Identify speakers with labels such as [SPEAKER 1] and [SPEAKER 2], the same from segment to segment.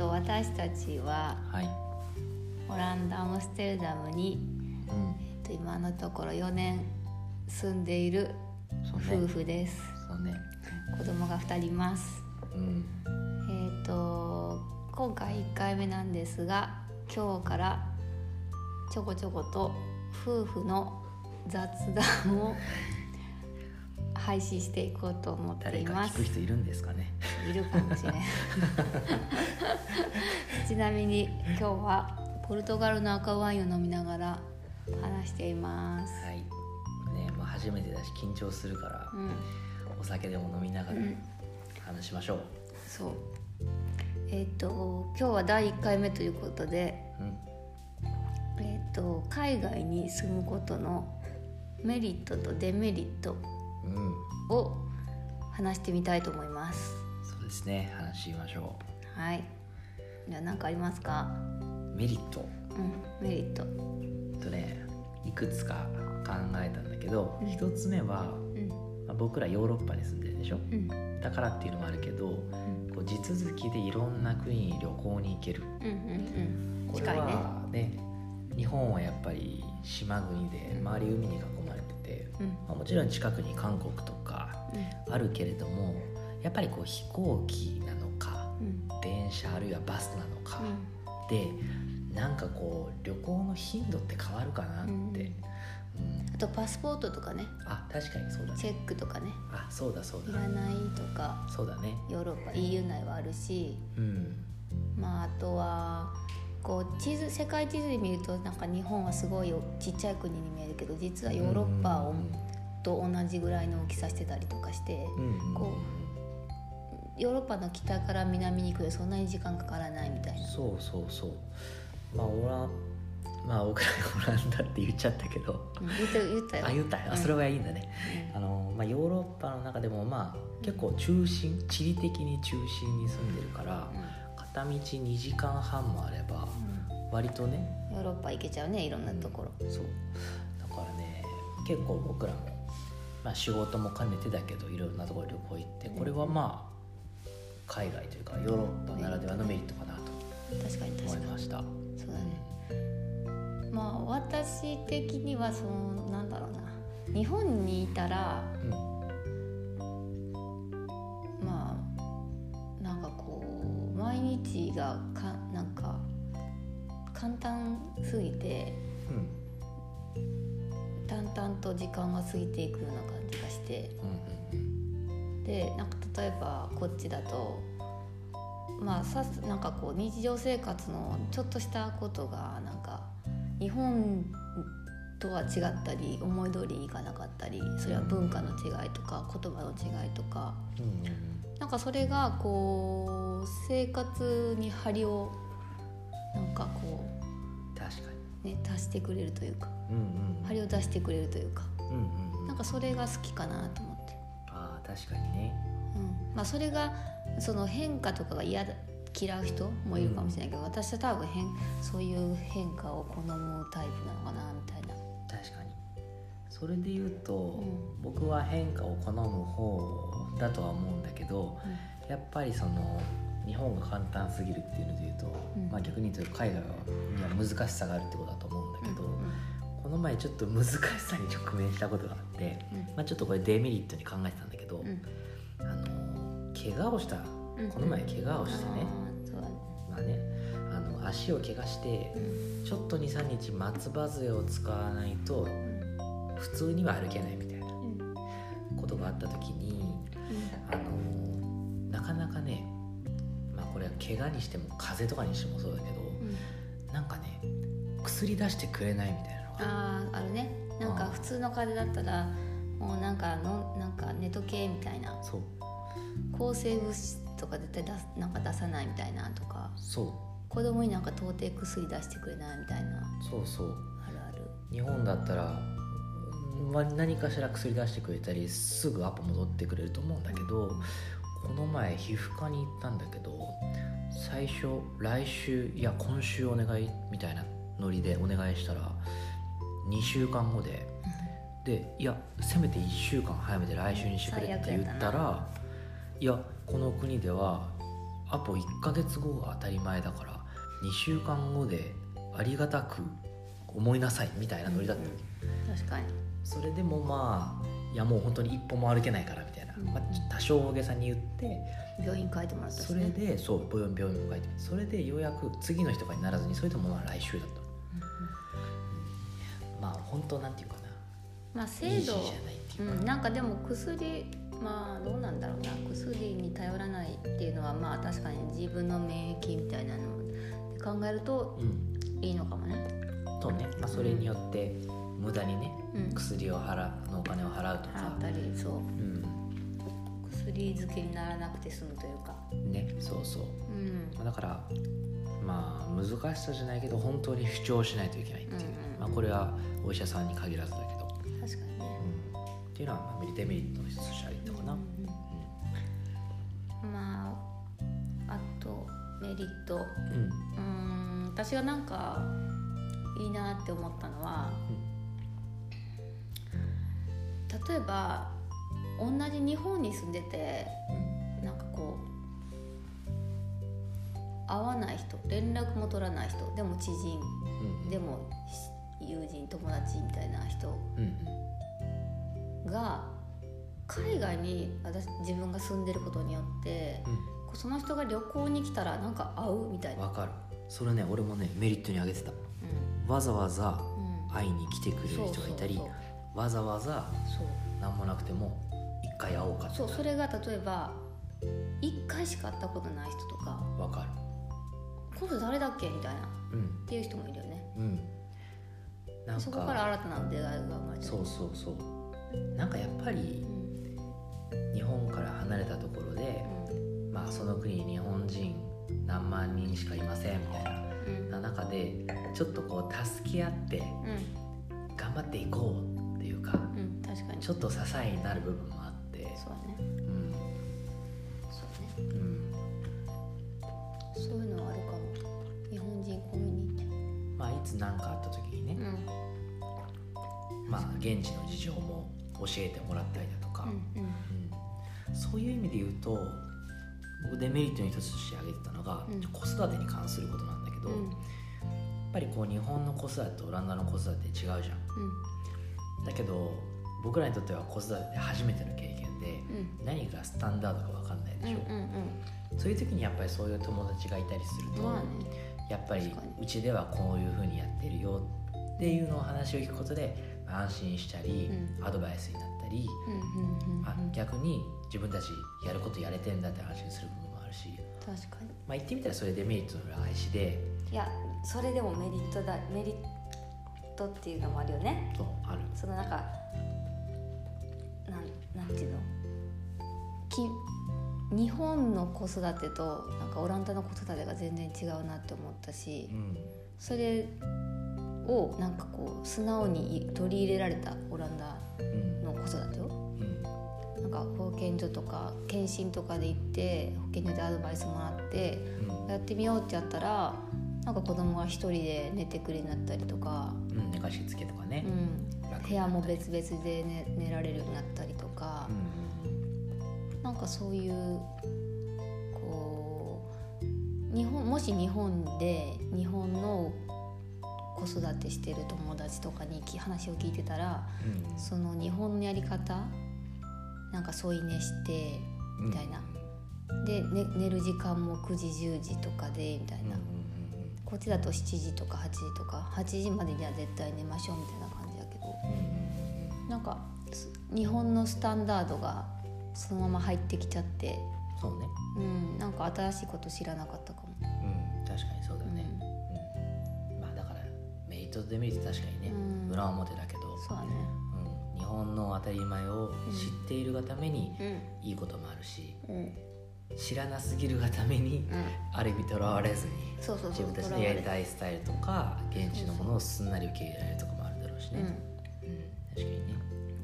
[SPEAKER 1] たちは
[SPEAKER 2] はい、
[SPEAKER 1] オランダアムステルダムに、
[SPEAKER 2] うん、
[SPEAKER 1] えっと、今のところ4年住んでいる
[SPEAKER 2] そうね
[SPEAKER 1] 夫婦です
[SPEAKER 2] そうね
[SPEAKER 1] 子供が2人います
[SPEAKER 2] うん
[SPEAKER 1] えっ、と今回1回目なんですが今日からちょこちょこと夫婦の雑談を配信していこうと思って
[SPEAKER 2] 誰
[SPEAKER 1] い
[SPEAKER 2] か
[SPEAKER 1] ま
[SPEAKER 2] 聞
[SPEAKER 1] す
[SPEAKER 2] く人いるんですかね
[SPEAKER 1] いるかもしれんちなみに今日はポルトガルの赤ワインを飲みながら話しています、
[SPEAKER 2] はいねまあ初めてだし緊張するから
[SPEAKER 1] うん、
[SPEAKER 2] お酒でも飲みながら話しましょう
[SPEAKER 1] そうえっ、と今日は第1回目ということで
[SPEAKER 2] うん
[SPEAKER 1] えっ、と海外に住むことのメリットとデメリット
[SPEAKER 2] うん
[SPEAKER 1] を話してみたいと思います
[SPEAKER 2] そうですね話しましょ
[SPEAKER 1] はいじゃあ何かありますか
[SPEAKER 2] うメリット
[SPEAKER 1] うんメリット
[SPEAKER 2] えっとねいくつか考えたんだけど
[SPEAKER 1] うん
[SPEAKER 2] 一つ目は、
[SPEAKER 1] うん
[SPEAKER 2] まあ、僕らヨーロッパに住んでるでしょ
[SPEAKER 1] うん
[SPEAKER 2] だからっていうのもあるけ
[SPEAKER 1] う
[SPEAKER 2] ど
[SPEAKER 1] ん
[SPEAKER 2] こう地続きでいろんな国に旅行に行ける
[SPEAKER 1] うんうんうん
[SPEAKER 2] これ
[SPEAKER 1] 近いね
[SPEAKER 2] はね日本はやっぱり島国で
[SPEAKER 1] うん
[SPEAKER 2] 周り海に囲まれてて、
[SPEAKER 1] うん
[SPEAKER 2] まあ、もちろん近くに韓国とかあるけれどもやっぱりこう飛行機なのか
[SPEAKER 1] うん
[SPEAKER 2] 電車あるいはバスなのか、
[SPEAKER 1] うん
[SPEAKER 2] でなんかこう旅行の頻度って変わるかなって、うん
[SPEAKER 1] あとパスポートとかね
[SPEAKER 2] あ確かにそうだ
[SPEAKER 1] チ
[SPEAKER 2] ね
[SPEAKER 1] ェックとかね
[SPEAKER 2] あそうだそう
[SPEAKER 1] い
[SPEAKER 2] だ
[SPEAKER 1] らないとか
[SPEAKER 2] そうだね
[SPEAKER 1] ヨーロッパ EU 内はあるし
[SPEAKER 2] うん
[SPEAKER 1] まああとはこう地図世界地図で見るとなんか日本はすごいちっちゃい国に見えるけど実はヨーロッパをと同じぐらいの大きさしてたりとかして
[SPEAKER 2] うんうんうん
[SPEAKER 1] こヨーロッパの北から南に行くよりそんなに時間かからないみたいな。
[SPEAKER 2] そうそうそうまあオランまあ僕らがオランダって言っちゃったけど
[SPEAKER 1] うん言った言ったよ
[SPEAKER 2] あ言ったよあそれはいいんだね、あのまあ、ヨーロッパの中でもまあ結構中心地理的に中心に住んでるから片道2時間半もあれば
[SPEAKER 1] うん
[SPEAKER 2] 割とね
[SPEAKER 1] うんヨーロッパ行けちゃうねいろんなところ。
[SPEAKER 2] そうだからね結構僕らも、まあ、仕事も兼ねてだけどいろんなところ旅行行ってこれはまあ海外というかヨーロッパならではのメリットかなと
[SPEAKER 1] 確かに
[SPEAKER 2] 思
[SPEAKER 1] 確
[SPEAKER 2] い
[SPEAKER 1] かに
[SPEAKER 2] ました
[SPEAKER 1] そうだね。まあ私的にはそのなんだろうな日本にいたら
[SPEAKER 2] うんうん
[SPEAKER 1] まあなんかこう毎日がかなんか簡単すぎて淡々と時間が過ぎていくような感じがして
[SPEAKER 2] うん
[SPEAKER 1] でなんか例えばこっちだと。まあ、さすなんかこう日常生活のちょっとしたことがなんか日本とは違ったり思い通りにいかなかったりそれは文化の違いとか言葉の違いとか
[SPEAKER 2] うん
[SPEAKER 1] なんかそれがこう生活に張りをなんかこ
[SPEAKER 2] 確かに
[SPEAKER 1] うね足してくれるというか
[SPEAKER 2] うんうん
[SPEAKER 1] 張りを出してくれるというか
[SPEAKER 2] うんうんう
[SPEAKER 1] なんんかそれが好きかなと思って、
[SPEAKER 2] あー確かにね
[SPEAKER 1] うんまあ、それがその変化とかが嫌だ嫌う人もいるかもしれないけど、私は多分変そういう変化を好むタイプなのかなみたいな。
[SPEAKER 2] 確かにそれで言うと、
[SPEAKER 1] う
[SPEAKER 2] 僕は変化を好む方だとは思うんだけど、やっぱりその日本が簡単すぎるっていうので言うと、
[SPEAKER 1] うん
[SPEAKER 2] まあ、逆に言うと海外はには難しさがあるってことだと思うんだけど、この前ちょっと難しさに直面したことがあって、まあ、ちょっとこれデメリットに考えてたんだけど、あの怪我をしたこの前怪我をしてね、まあねあの足を怪我してちょっと23日松葉杖を使わないと普通には歩けないみたいなことがあった時にあのーなかなかね、まあ、これは怪我にしても風邪とかにしてもそうだけど、なんかね薬出してくれないみたいなのが
[SPEAKER 1] あーあるねなんか
[SPEAKER 2] あー
[SPEAKER 1] 普通の風邪だったらもうなんかのなんか寝とけみたいな
[SPEAKER 2] そう
[SPEAKER 1] 抗生物質とか絶対出すなんか出さないみたいなとか
[SPEAKER 2] そう
[SPEAKER 1] 子供になんか到底薬出してくれないみたいな
[SPEAKER 2] そうそう
[SPEAKER 1] あるある
[SPEAKER 2] 日本だったらま何かしら薬出してくれたりすぐアポ戻ってくれると思うんだけどこの前皮膚科に行ったんだけど最初来週いや今週お願いみたいなノリでお願いしたら2週間後ででいやせめて1週間早めて来週にしてくれって言っ
[SPEAKER 1] 最悪
[SPEAKER 2] た
[SPEAKER 1] やった
[SPEAKER 2] らいやこの国ではアポ1ヶ月後が当たり前だから2週間後でありがたく思いなさいみたいなノリだったの、
[SPEAKER 1] 確かに
[SPEAKER 2] それでもまあいやもう本当に一歩も歩けないからみたいな、
[SPEAKER 1] うん
[SPEAKER 2] まあ、ちょ多少大げさに言って
[SPEAKER 1] 病院変えてもらったし
[SPEAKER 2] それ
[SPEAKER 1] ね
[SPEAKER 2] でそう病院病院も書いてそれでようやく次の日とかにならずにそれともまあ来週だと
[SPEAKER 1] うんうん
[SPEAKER 2] まあ本当なんていうか
[SPEAKER 1] まあ
[SPEAKER 2] なイー
[SPEAKER 1] 制
[SPEAKER 2] ジ
[SPEAKER 1] 度
[SPEAKER 2] ーじゃないって
[SPEAKER 1] う
[SPEAKER 2] いうか、
[SPEAKER 1] ん、なんかでも薬まあどうなんだろうな薬に頼らないっていうのはまあ確かに自分の免疫みたいなので考えると
[SPEAKER 2] うん
[SPEAKER 1] いいのかもね、
[SPEAKER 2] そうね、まあ、それによって無駄にね
[SPEAKER 1] うん、
[SPEAKER 2] 薬を払うお金を払うと
[SPEAKER 1] 払
[SPEAKER 2] か
[SPEAKER 1] っ、たりそう
[SPEAKER 2] うん、
[SPEAKER 1] 薬漬けにならなくて済むというか
[SPEAKER 2] ねそうそう
[SPEAKER 1] うん
[SPEAKER 2] まあだからまあ難しさじゃないけど本当に主張しないといけないっていうね、
[SPEAKER 1] うんうん
[SPEAKER 2] まあ、これはお医者さんに限らずだけど、
[SPEAKER 1] 確かにね
[SPEAKER 2] うん、っていうのはまあデメリットの一つとしてありったかな、うん
[SPEAKER 1] まああとメリット
[SPEAKER 2] うん
[SPEAKER 1] うーん私がなんかいいなって思ったのは、例えば同じ日本に住んでてなんかこう会わない人連絡も取らない人でも知人
[SPEAKER 2] うん
[SPEAKER 1] でもし友人友達みたいな人
[SPEAKER 2] うん
[SPEAKER 1] が海外に私自分が住んでることによって
[SPEAKER 2] う
[SPEAKER 1] こうその人が旅行に来たらなんか会うみたい
[SPEAKER 2] ん
[SPEAKER 1] な。
[SPEAKER 2] わかるそれね俺もねメリットに挙げてた
[SPEAKER 1] うん
[SPEAKER 2] わざわざ
[SPEAKER 1] うん
[SPEAKER 2] 会いに来てくれる人がいたり
[SPEAKER 1] そうそう
[SPEAKER 2] わざわざ
[SPEAKER 1] そう
[SPEAKER 2] 何もなくても一回会おうかって
[SPEAKER 1] そうそれが例えば1回しか会ったことない人とか
[SPEAKER 2] わか
[SPEAKER 1] 「今度誰だっけ?」みたいなっ
[SPEAKER 2] るうん
[SPEAKER 1] ていう人もいるよね
[SPEAKER 2] うんなんか
[SPEAKER 1] そこから新たな出会いが生まれて
[SPEAKER 2] そうそうそうなんかやっぱり
[SPEAKER 1] うん
[SPEAKER 2] 日本から離れたところで、まあ、その国に日本人何万人しかいませんみたいな
[SPEAKER 1] うん
[SPEAKER 2] な中でちょっとこう助け合って
[SPEAKER 1] うん
[SPEAKER 2] 頑張っていこうっていうか
[SPEAKER 1] うん確かに
[SPEAKER 2] ちょっと支えになる部分もあって
[SPEAKER 1] そうだね
[SPEAKER 2] うん
[SPEAKER 1] そうね
[SPEAKER 2] うん
[SPEAKER 1] そういうのはあるかも日本人コミュニティ
[SPEAKER 2] まあいつ何かあった時に
[SPEAKER 1] う
[SPEAKER 2] ね、
[SPEAKER 1] ん
[SPEAKER 2] まあ、現地の事情も教えてもらったりだとか、
[SPEAKER 1] うん
[SPEAKER 2] うんそういう意味で言うと僕デメリットの一つとして挙げてたのが、
[SPEAKER 1] うん
[SPEAKER 2] 子育てに関することなんだけど、
[SPEAKER 1] うんうん
[SPEAKER 2] やっぱりこう日本の子育てとオランダの子育て違うじゃん。だけど僕らにとっては子育てで初めての経験で
[SPEAKER 1] うん
[SPEAKER 2] 何がスタンダードか分かんない
[SPEAKER 1] うんう
[SPEAKER 2] でしょ
[SPEAKER 1] ん、うん
[SPEAKER 2] そういう時にやっぱりそういう友達がいたりすると、
[SPEAKER 1] まあね
[SPEAKER 2] やっぱり
[SPEAKER 1] 確かに
[SPEAKER 2] うちではこういうふうにやってるよっていうのを話を聞くことで安心したり、
[SPEAKER 1] う
[SPEAKER 2] アドバイスになったり、
[SPEAKER 1] うんうんうんうん
[SPEAKER 2] あ逆に自分たちやることやれてんだって安心する部分もあるし、
[SPEAKER 1] 確かに
[SPEAKER 2] まあ、言ってみたらそれデメリットの裏返しで
[SPEAKER 1] いやそれでもメリットだメリットっていうのもあるよね
[SPEAKER 2] とある。
[SPEAKER 1] そのなんかなんなんていうのき日本の子育てとなんかオランダの子育てが全然違うなって思ったし
[SPEAKER 2] うん
[SPEAKER 1] それをなんかこう素直に取り入れられたオランダ
[SPEAKER 2] うん
[SPEAKER 1] の子育てを
[SPEAKER 2] うん
[SPEAKER 1] なんか保健所とか検診とかで行って保健所でアドバイスもらって
[SPEAKER 2] うん
[SPEAKER 1] やってみようってやったらなんか子供が一人で寝てくれになったりとか、
[SPEAKER 2] うん寝かしつけとか
[SPEAKER 1] う
[SPEAKER 2] ね、
[SPEAKER 1] ん、
[SPEAKER 2] 楽
[SPEAKER 1] 部屋も別々で寝寝られるようになったりとか
[SPEAKER 2] う、ん
[SPEAKER 1] なんかそういうこう日本もし日本で日本の子育てしてる友達とかにき話を聞いてたら
[SPEAKER 2] うんうん
[SPEAKER 1] その日本のやり方なんか添い寝してみたいなで、ね、寝る時間も9時10時とかでみたいな、
[SPEAKER 2] う
[SPEAKER 1] こっちだと7時とか8時とか8時までには絶対寝ましょうみたいな感じだけど。
[SPEAKER 2] んうんうん
[SPEAKER 1] なんかす日本のスタンダードがそのまま入ってきちゃって、
[SPEAKER 2] そうね、
[SPEAKER 1] うん、なんか新しいこと知らなかったかも。
[SPEAKER 2] うん、確かにそうだね、うんまあだからメリットとデメリット確かにね、
[SPEAKER 1] うん
[SPEAKER 2] 裏表だけど
[SPEAKER 1] うん、そうだね。
[SPEAKER 2] うん、日本の当たり前を知っているがために
[SPEAKER 1] う
[SPEAKER 2] いいこともあるし、
[SPEAKER 1] ん、うん、
[SPEAKER 2] 知らなすぎるがために
[SPEAKER 1] うん、
[SPEAKER 2] ある意味とらわれずに
[SPEAKER 1] そうそう
[SPEAKER 2] 自
[SPEAKER 1] そう。
[SPEAKER 2] 分たち
[SPEAKER 1] とら
[SPEAKER 2] で
[SPEAKER 1] わ
[SPEAKER 2] や
[SPEAKER 1] れ
[SPEAKER 2] り
[SPEAKER 1] た
[SPEAKER 2] たいスタイルとか現地のものをすんなり受け入れられるとかもあるだろうし
[SPEAKER 1] う
[SPEAKER 2] ね、
[SPEAKER 1] ん、
[SPEAKER 2] うん確かにね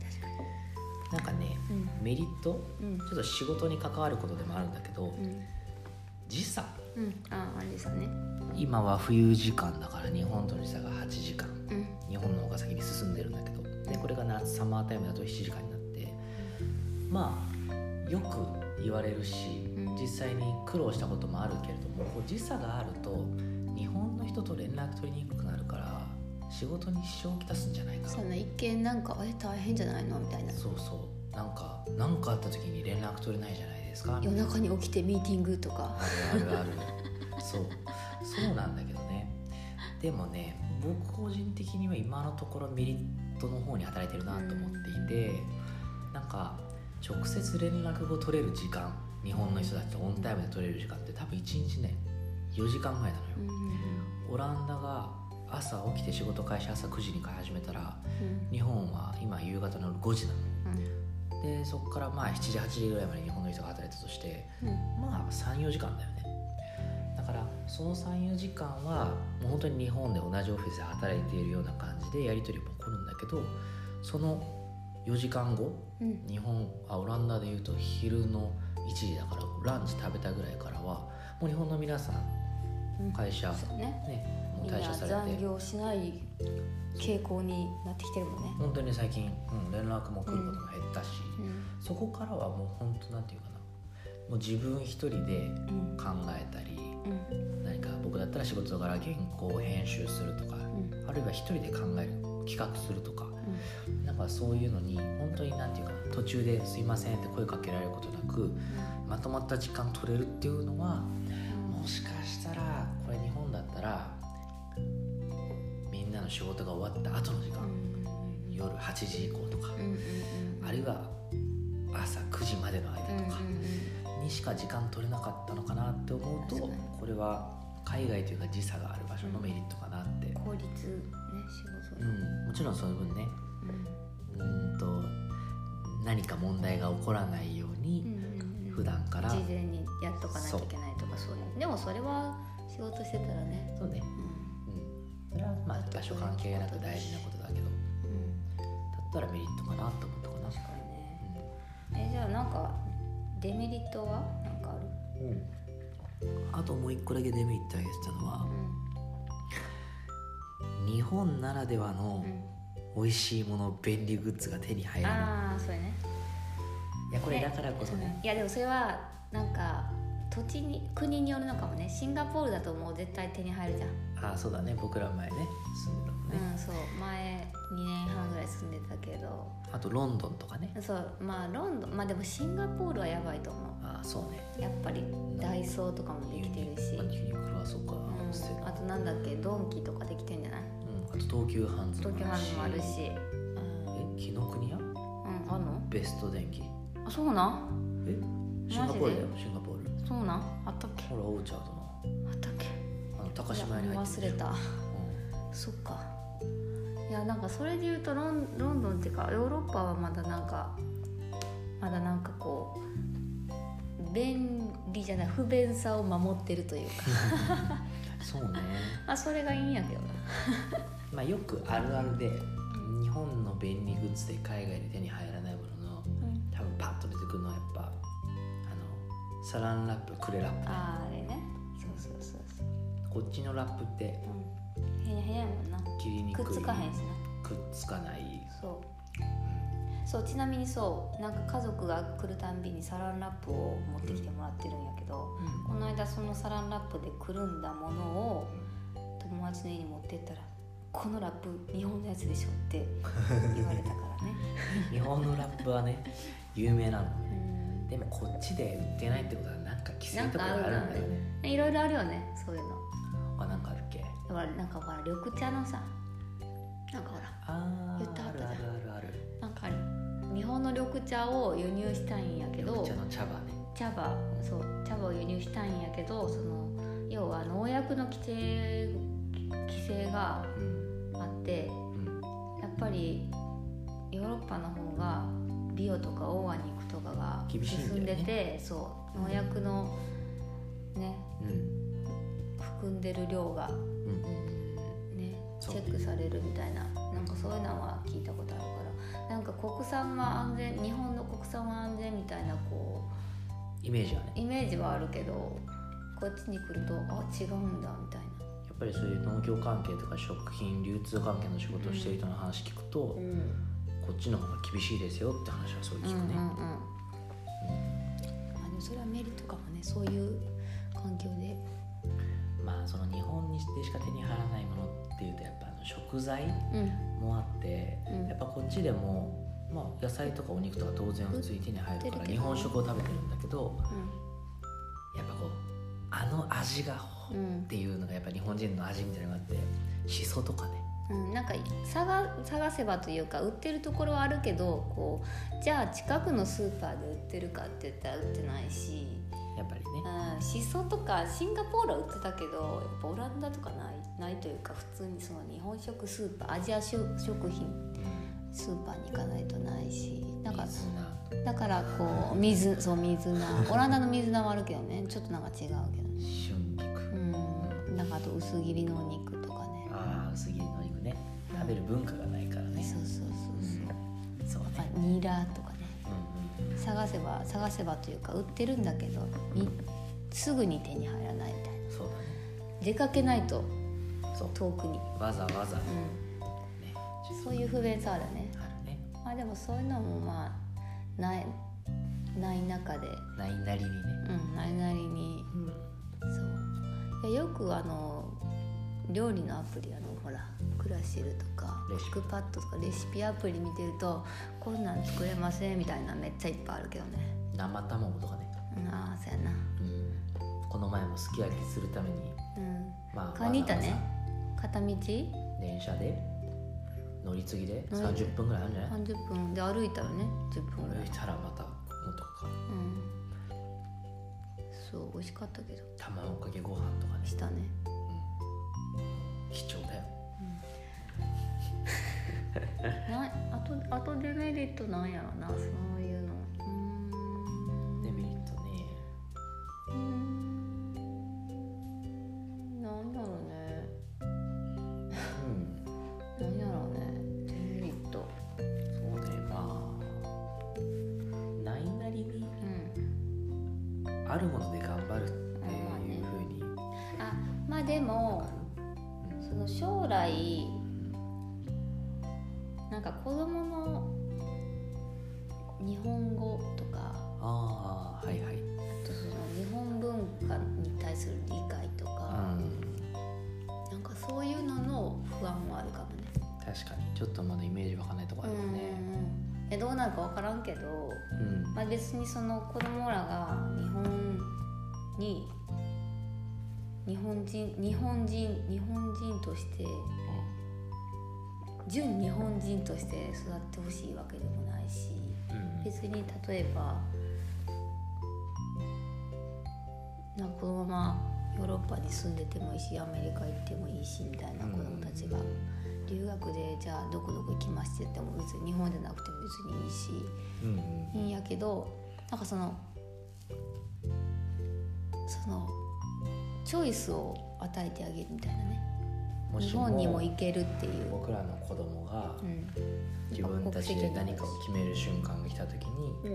[SPEAKER 1] 確か
[SPEAKER 2] なんかね
[SPEAKER 1] に。
[SPEAKER 2] メリット
[SPEAKER 1] うん、
[SPEAKER 2] ちょっと仕事に関わることでもあるんだけど、
[SPEAKER 1] うん、うん、
[SPEAKER 2] 時差
[SPEAKER 1] うん、あ、あれさね。
[SPEAKER 2] 今は冬時間だから日本との時差が8時間
[SPEAKER 1] うん、
[SPEAKER 2] 日本の方が先に進んでるんだけどでこれが夏サマータイムだと7時間になってまあよく言われるし
[SPEAKER 1] うん
[SPEAKER 2] 実際に苦労したこともあるけれどもこう時差があると日人と連絡取りにくくなるから仕事に支障をきたすんじゃないか
[SPEAKER 1] そうね一見なんかえ大変じゃないのみたいな
[SPEAKER 2] そうそうなんか何かあった時に連絡取れないじゃないですか
[SPEAKER 1] 夜中に起きてミーティングとか
[SPEAKER 2] あるあるあるそうそうなんだけどねでもね僕個人的には今のところメリットの方に働いてるなと思っていて、なんか直接連絡を取れる時間日本の人たちとオンタイムで取れる時間って多分1日ね4時間ぐらいなのよ、
[SPEAKER 1] うん
[SPEAKER 2] オランダが朝起きて仕事開始朝9時に買い始めたら
[SPEAKER 1] うん
[SPEAKER 2] 日本は今夕方の5時な
[SPEAKER 1] うん
[SPEAKER 2] のでそこからまあ7時8時ぐらいまで日本の人が働いたとして
[SPEAKER 1] うん
[SPEAKER 2] まあ34時間だよねだからその34時間はもう本当に日本で同じオフィスで働いているような感じでやり取りも起こるんだけどその4時間後
[SPEAKER 1] うん
[SPEAKER 2] 日本あオランダでいうと昼の1時だからランチ食べたぐらいからはもう日本の皆さ
[SPEAKER 1] うん
[SPEAKER 2] ん会社、
[SPEAKER 1] そうね
[SPEAKER 2] ね、も
[SPEAKER 1] み
[SPEAKER 2] うん
[SPEAKER 1] な
[SPEAKER 2] 退社されて
[SPEAKER 1] 残業しない傾向になってきてるもんね
[SPEAKER 2] 本当に最近、うん、連絡も来ることも減ったし、そこからはもう本当なんていうかなもう自分一人で
[SPEAKER 1] うんうん
[SPEAKER 2] 考えたり
[SPEAKER 1] うん
[SPEAKER 2] 何か僕だったら仕事柄原稿を編集するとか
[SPEAKER 1] うん
[SPEAKER 2] あるいは一人で考える企画するとかなんかそういうのに本当になんていうかな途中で「すいません」って声かけられることなくまとまった時間取れるっていうのはもしかしたらこれ日本だったらみんなの仕事が終わった後の時間、
[SPEAKER 1] うん
[SPEAKER 2] 夜8時以降とか、
[SPEAKER 1] うんうんうん
[SPEAKER 2] あるいは朝9時までの間とか
[SPEAKER 1] うんうん
[SPEAKER 2] にしか時間取れなかったのかなって思うと、
[SPEAKER 1] 確かに
[SPEAKER 2] これは海外というか時差がある場所のメリットかなって、
[SPEAKER 1] うん効率ね仕
[SPEAKER 2] う
[SPEAKER 1] 事
[SPEAKER 2] ん、もちろんその分ね
[SPEAKER 1] うん
[SPEAKER 2] うーんと何か問題が起こらないよう
[SPEAKER 1] う
[SPEAKER 2] に
[SPEAKER 1] んうんうん
[SPEAKER 2] 普段から、
[SPEAKER 1] 事前にやっとかなきゃいけないとかそういうでもそれは仕事してたらね
[SPEAKER 2] そうね、うん、それはまあ場所関係なく大事なことだけどだ
[SPEAKER 1] うん、うん、
[SPEAKER 2] ったらメリットかなと思ったかな。
[SPEAKER 1] 確かにねえじゃあなんかデメリットはなんかある
[SPEAKER 2] うんあともう一個だけデメリット挙げてたのは日本ならではの
[SPEAKER 1] うん
[SPEAKER 2] 美味しいもの便利グッズが手に入らな
[SPEAKER 1] ああそうやね
[SPEAKER 2] いいやこれ
[SPEAKER 1] ね
[SPEAKER 2] だからこそね
[SPEAKER 1] いやでもそれはなんか土地に国によるのかもねシンガポールだともう絶対手に入るじゃん、
[SPEAKER 2] ああそうだね僕ら前ね住んでたもんね、
[SPEAKER 1] うんそう前2年半ぐらい住んでたけど
[SPEAKER 2] あとロンドンとかね
[SPEAKER 1] そうまあロンドンまあでもシンガポールはやばいと思
[SPEAKER 2] ああそうね
[SPEAKER 1] うやっぱりダイソーとかもできてるし、
[SPEAKER 2] ユニユニクロはそうか、セ
[SPEAKER 1] うん、あとなんだっけドンキとかできてんじゃない
[SPEAKER 2] うん、あと東急ハンズ
[SPEAKER 1] 東京ハンズもあるし
[SPEAKER 2] え紀ノ国屋
[SPEAKER 1] うんあんの
[SPEAKER 2] ベスト電機
[SPEAKER 1] あそうなん
[SPEAKER 2] えシンガポールだよシンガポール
[SPEAKER 1] そうなんあったっけ
[SPEAKER 2] ほらオーチャード
[SPEAKER 1] あったっけ
[SPEAKER 2] のあの高
[SPEAKER 1] いや
[SPEAKER 2] 島屋に入って
[SPEAKER 1] 忘れ
[SPEAKER 2] るでしょ
[SPEAKER 1] たそっかいやなんかそれで言うとロンロンドンっていうかヨーロッパはまだなんかまだなんかこう便利じゃない不便さを守ってるというか
[SPEAKER 2] うんそうね
[SPEAKER 1] あそれがいいんやけどな
[SPEAKER 2] まあよくあるあるで日本の便利グッズで海外で手に入らないものの多分パッと出てくるのはやっぱあのサランラップクレラップ
[SPEAKER 1] あーあれねそうそうそうそう
[SPEAKER 2] こっちのラップって
[SPEAKER 1] うんへやへややもんな
[SPEAKER 2] 切りにく
[SPEAKER 1] く
[SPEAKER 2] い
[SPEAKER 1] っつかへんしな
[SPEAKER 2] くっつかない
[SPEAKER 1] そうそうちなみにそうなんか家族が来るたんびにサランラップを持ってきてもらってるんやけど、
[SPEAKER 2] うん
[SPEAKER 1] この間そのサランラップでくるんだものを友達の家に持ってったら「このラップ日本のやつでしょ」って言われたからね
[SPEAKER 2] 日本のラップはね有名なの
[SPEAKER 1] うん
[SPEAKER 2] でもこっちで売ってないってことはなんかきついところがあるんだよね
[SPEAKER 1] いろいろあるよねそういうの
[SPEAKER 2] あなんかあるっけ
[SPEAKER 1] だからなんかほら緑茶のさなんかほら
[SPEAKER 2] あ
[SPEAKER 1] 言った
[SPEAKER 2] ー
[SPEAKER 1] 後
[SPEAKER 2] ある
[SPEAKER 1] だ
[SPEAKER 2] あるあるある
[SPEAKER 1] なんかある日本の緑茶を輸入したいんやけど
[SPEAKER 2] 緑茶の茶葉ね
[SPEAKER 1] 茶葉そう茶葉を輸入したいんやけどその要は農薬の規制規制が
[SPEAKER 2] うん
[SPEAKER 1] あって
[SPEAKER 2] うん
[SPEAKER 1] やっぱりヨーロッパの方がビオとかオーガニックとかが
[SPEAKER 2] 厳しいんだよ
[SPEAKER 1] 進んで
[SPEAKER 2] ね
[SPEAKER 1] てそう農薬のね
[SPEAKER 2] うん
[SPEAKER 1] 含んでる量が
[SPEAKER 2] うん
[SPEAKER 1] ね
[SPEAKER 2] そう
[SPEAKER 1] チェックされるみたいななんかそういうのは聞いたことあるからなんか国産は安全日本の国産は安全みたいなこう
[SPEAKER 2] イメージはね
[SPEAKER 1] イメージはあるけどこっちに来るとあ違うんだみたいな、
[SPEAKER 2] やっぱりそういう農業関係とか食品流通関係の仕事をしてる人の話聞くと、
[SPEAKER 1] うん、
[SPEAKER 2] こっちの方が厳しいですよって話はそう
[SPEAKER 1] うんうん
[SPEAKER 2] 聞くね、
[SPEAKER 1] まあでもそれはメリットかもねそういう環境で
[SPEAKER 2] まあその日本にでしか手に入らないものっていうとやっぱあの食材
[SPEAKER 1] うん
[SPEAKER 2] もあって、
[SPEAKER 1] うん
[SPEAKER 2] やっぱこっちでも、まあ、野菜とかお肉とか当然普通に手に入るか
[SPEAKER 1] 売ってるけ
[SPEAKER 2] ら
[SPEAKER 1] ど
[SPEAKER 2] 日本食を食べてるんだけどやっぱこうあの味がほ
[SPEAKER 1] うん
[SPEAKER 2] っていうのがやっぱ日本人の味みたいなのがあってしそとかね
[SPEAKER 1] うん、なんか探探せばというか売ってるところはあるけどこうじゃあ近くのスーパーで売ってるかって言ったら売ってないし、
[SPEAKER 2] やっぱりね
[SPEAKER 1] うん、シソとかシンガポールは売ってたけどやっぱオランダとかないないというか普通にその日本食スーパーアジア食食品スーパーに行かないとないしなんか
[SPEAKER 2] 水菜
[SPEAKER 1] だからこう水そう水菜オランダの水菜はあるけどねちょっとなんか違うけどね
[SPEAKER 2] 春
[SPEAKER 1] う
[SPEAKER 2] 菊
[SPEAKER 1] んなんかあと薄切りのお肉とかね
[SPEAKER 2] ああ薄切りの肉ね食べる文化がないからね
[SPEAKER 1] そうそうそうそう
[SPEAKER 2] うんそう
[SPEAKER 1] あ
[SPEAKER 2] ね
[SPEAKER 1] ニラとかね
[SPEAKER 2] うんうん
[SPEAKER 1] 探せば探せばというか売ってるんだけどにすぐに手に入らないみたいな
[SPEAKER 2] そうだ
[SPEAKER 1] 出かけないと
[SPEAKER 2] ねそう
[SPEAKER 1] 遠くに、
[SPEAKER 2] わざわざね
[SPEAKER 1] う
[SPEAKER 2] ちょ
[SPEAKER 1] ん、
[SPEAKER 2] っ
[SPEAKER 1] そういう不便さはあるね
[SPEAKER 2] とあるね
[SPEAKER 1] まあでもそういうのもまあないない中で
[SPEAKER 2] ないなりにね
[SPEAKER 1] うんないなりにそういやよくあの料理のアプリあのほらクラシルとか
[SPEAKER 2] レシピ
[SPEAKER 1] クックパッドとかレシピアプリ見てるとこんなん作れませんみたいなめっちゃいっぱいあるけどね
[SPEAKER 2] 生卵とかね
[SPEAKER 1] うんああそうやな
[SPEAKER 2] うんこの前もすき焼きするために
[SPEAKER 1] うん
[SPEAKER 2] まあ
[SPEAKER 1] 買いに行った
[SPEAKER 2] わざ
[SPEAKER 1] ね
[SPEAKER 2] わ
[SPEAKER 1] 片道
[SPEAKER 2] ざ電車で乗り継ぎで
[SPEAKER 1] 乗り継ぎ
[SPEAKER 2] 30分ぐらいあるんじゃない
[SPEAKER 1] 30分で歩いたよね10分ぐら
[SPEAKER 2] 歩
[SPEAKER 1] い
[SPEAKER 2] いたらまたもっとかかる
[SPEAKER 1] うんそう美味しかったけど
[SPEAKER 2] 卵かけご飯とかね
[SPEAKER 1] したね
[SPEAKER 2] うん貴重だよ
[SPEAKER 1] なあとあとデメリットなんやろなそういうのうーん
[SPEAKER 2] デメリットね
[SPEAKER 1] うーんなんだろうね
[SPEAKER 2] うん
[SPEAKER 1] なんやろうねデメリット
[SPEAKER 2] そうねまあないなりに
[SPEAKER 1] うん
[SPEAKER 2] あるもので頑張るっていうふうに
[SPEAKER 1] あまあでもその将来なんか子供の日本語とか
[SPEAKER 2] ああはいはいう
[SPEAKER 1] あ
[SPEAKER 2] ん
[SPEAKER 1] とその日本文化に対する理解とか、なんかそういうのの不安もあるかもね。
[SPEAKER 2] 確かにちょっとまだイメージわかんないとこあるよね
[SPEAKER 1] うんえどうなるか分からんけど、
[SPEAKER 2] うん
[SPEAKER 1] まあ、別にその子供らが日本に日本人日本人日本人として純日本人として育ってほしいわけでもないし
[SPEAKER 2] うん
[SPEAKER 1] 別に例えばなんかこのままヨーロッパに住んでてもいいしアメリカ行ってもいいしみたいな
[SPEAKER 2] うん
[SPEAKER 1] 子供たちが留学でじゃあどこどこ行きましてっても別に日本じゃなくても別にいいし
[SPEAKER 2] うんうん
[SPEAKER 1] いいんやけどなんかそのそのチョイスを与えてあげるみたいなね
[SPEAKER 2] も
[SPEAKER 1] 日
[SPEAKER 2] し
[SPEAKER 1] 本にも
[SPEAKER 2] も
[SPEAKER 1] 行けるっていう。
[SPEAKER 2] 僕らの子供が
[SPEAKER 1] うん
[SPEAKER 2] 自分たちで何かを決める瞬間が来た時に
[SPEAKER 1] う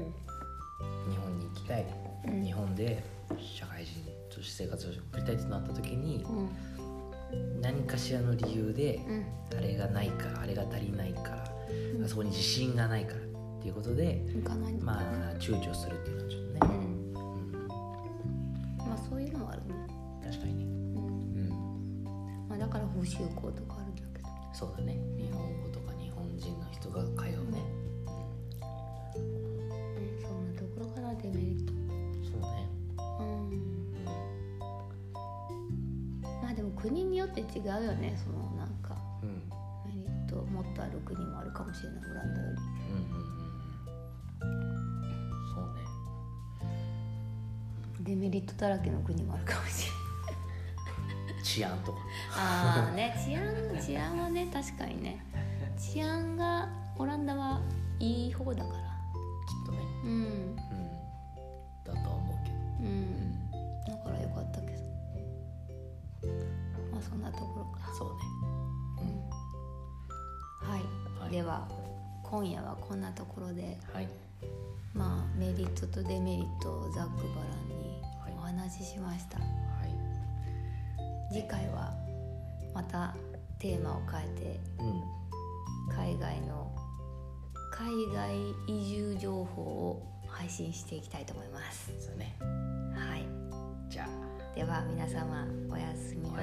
[SPEAKER 1] ん
[SPEAKER 2] 日本に行きたい
[SPEAKER 1] うん
[SPEAKER 2] 日本で社会人として生活を送りたいとなった時に
[SPEAKER 1] うん
[SPEAKER 2] 何かしらの理由で
[SPEAKER 1] うん
[SPEAKER 2] あれがないからあれが足りないから、
[SPEAKER 1] うん
[SPEAKER 2] あそこに自信がないからっていうことで
[SPEAKER 1] 行かないんだ
[SPEAKER 2] ま
[SPEAKER 1] ね
[SPEAKER 2] あ躊躇するっていうのはちょっ
[SPEAKER 1] う
[SPEAKER 2] と
[SPEAKER 1] ん
[SPEAKER 2] ね、うん
[SPEAKER 1] まあそういうのはあるね、
[SPEAKER 2] 確かに
[SPEAKER 1] う
[SPEAKER 2] ね、
[SPEAKER 1] ん
[SPEAKER 2] うん、
[SPEAKER 1] まあ、だから補修校とかあるんだけど
[SPEAKER 2] そうだね日本語とか日本人の人が通うね、
[SPEAKER 1] ねそんなところからデメリット
[SPEAKER 2] そうね、
[SPEAKER 1] うん
[SPEAKER 2] うん、
[SPEAKER 1] まあでも国によって違うよねそのなんか
[SPEAKER 2] うん
[SPEAKER 1] メリットもっとある国もあるかもしれないオランダより
[SPEAKER 2] うんうんうんそうね
[SPEAKER 1] デメリットだらけの国もあるかもしれない
[SPEAKER 2] 治安とか
[SPEAKER 1] ああね治安治安はね確かにね治安がオランダはいい方だから
[SPEAKER 2] きっとね、
[SPEAKER 1] うん
[SPEAKER 2] うん、だとは思うけど、
[SPEAKER 1] うん
[SPEAKER 2] う
[SPEAKER 1] だからよかったけどまあそんなところか
[SPEAKER 2] ん、そうね
[SPEAKER 1] はい、
[SPEAKER 2] はい
[SPEAKER 1] では今夜はこんなところで
[SPEAKER 2] はい
[SPEAKER 1] まあメリットとデメリットをざっくばらんに
[SPEAKER 2] はい
[SPEAKER 1] お話ししました、
[SPEAKER 2] はい
[SPEAKER 1] 次回はまたテーマを変えて
[SPEAKER 2] うん
[SPEAKER 1] 海外の海外移住情報を配信していきたいと思います
[SPEAKER 2] そうね
[SPEAKER 1] はい
[SPEAKER 2] じゃあ
[SPEAKER 1] では皆様おやすみな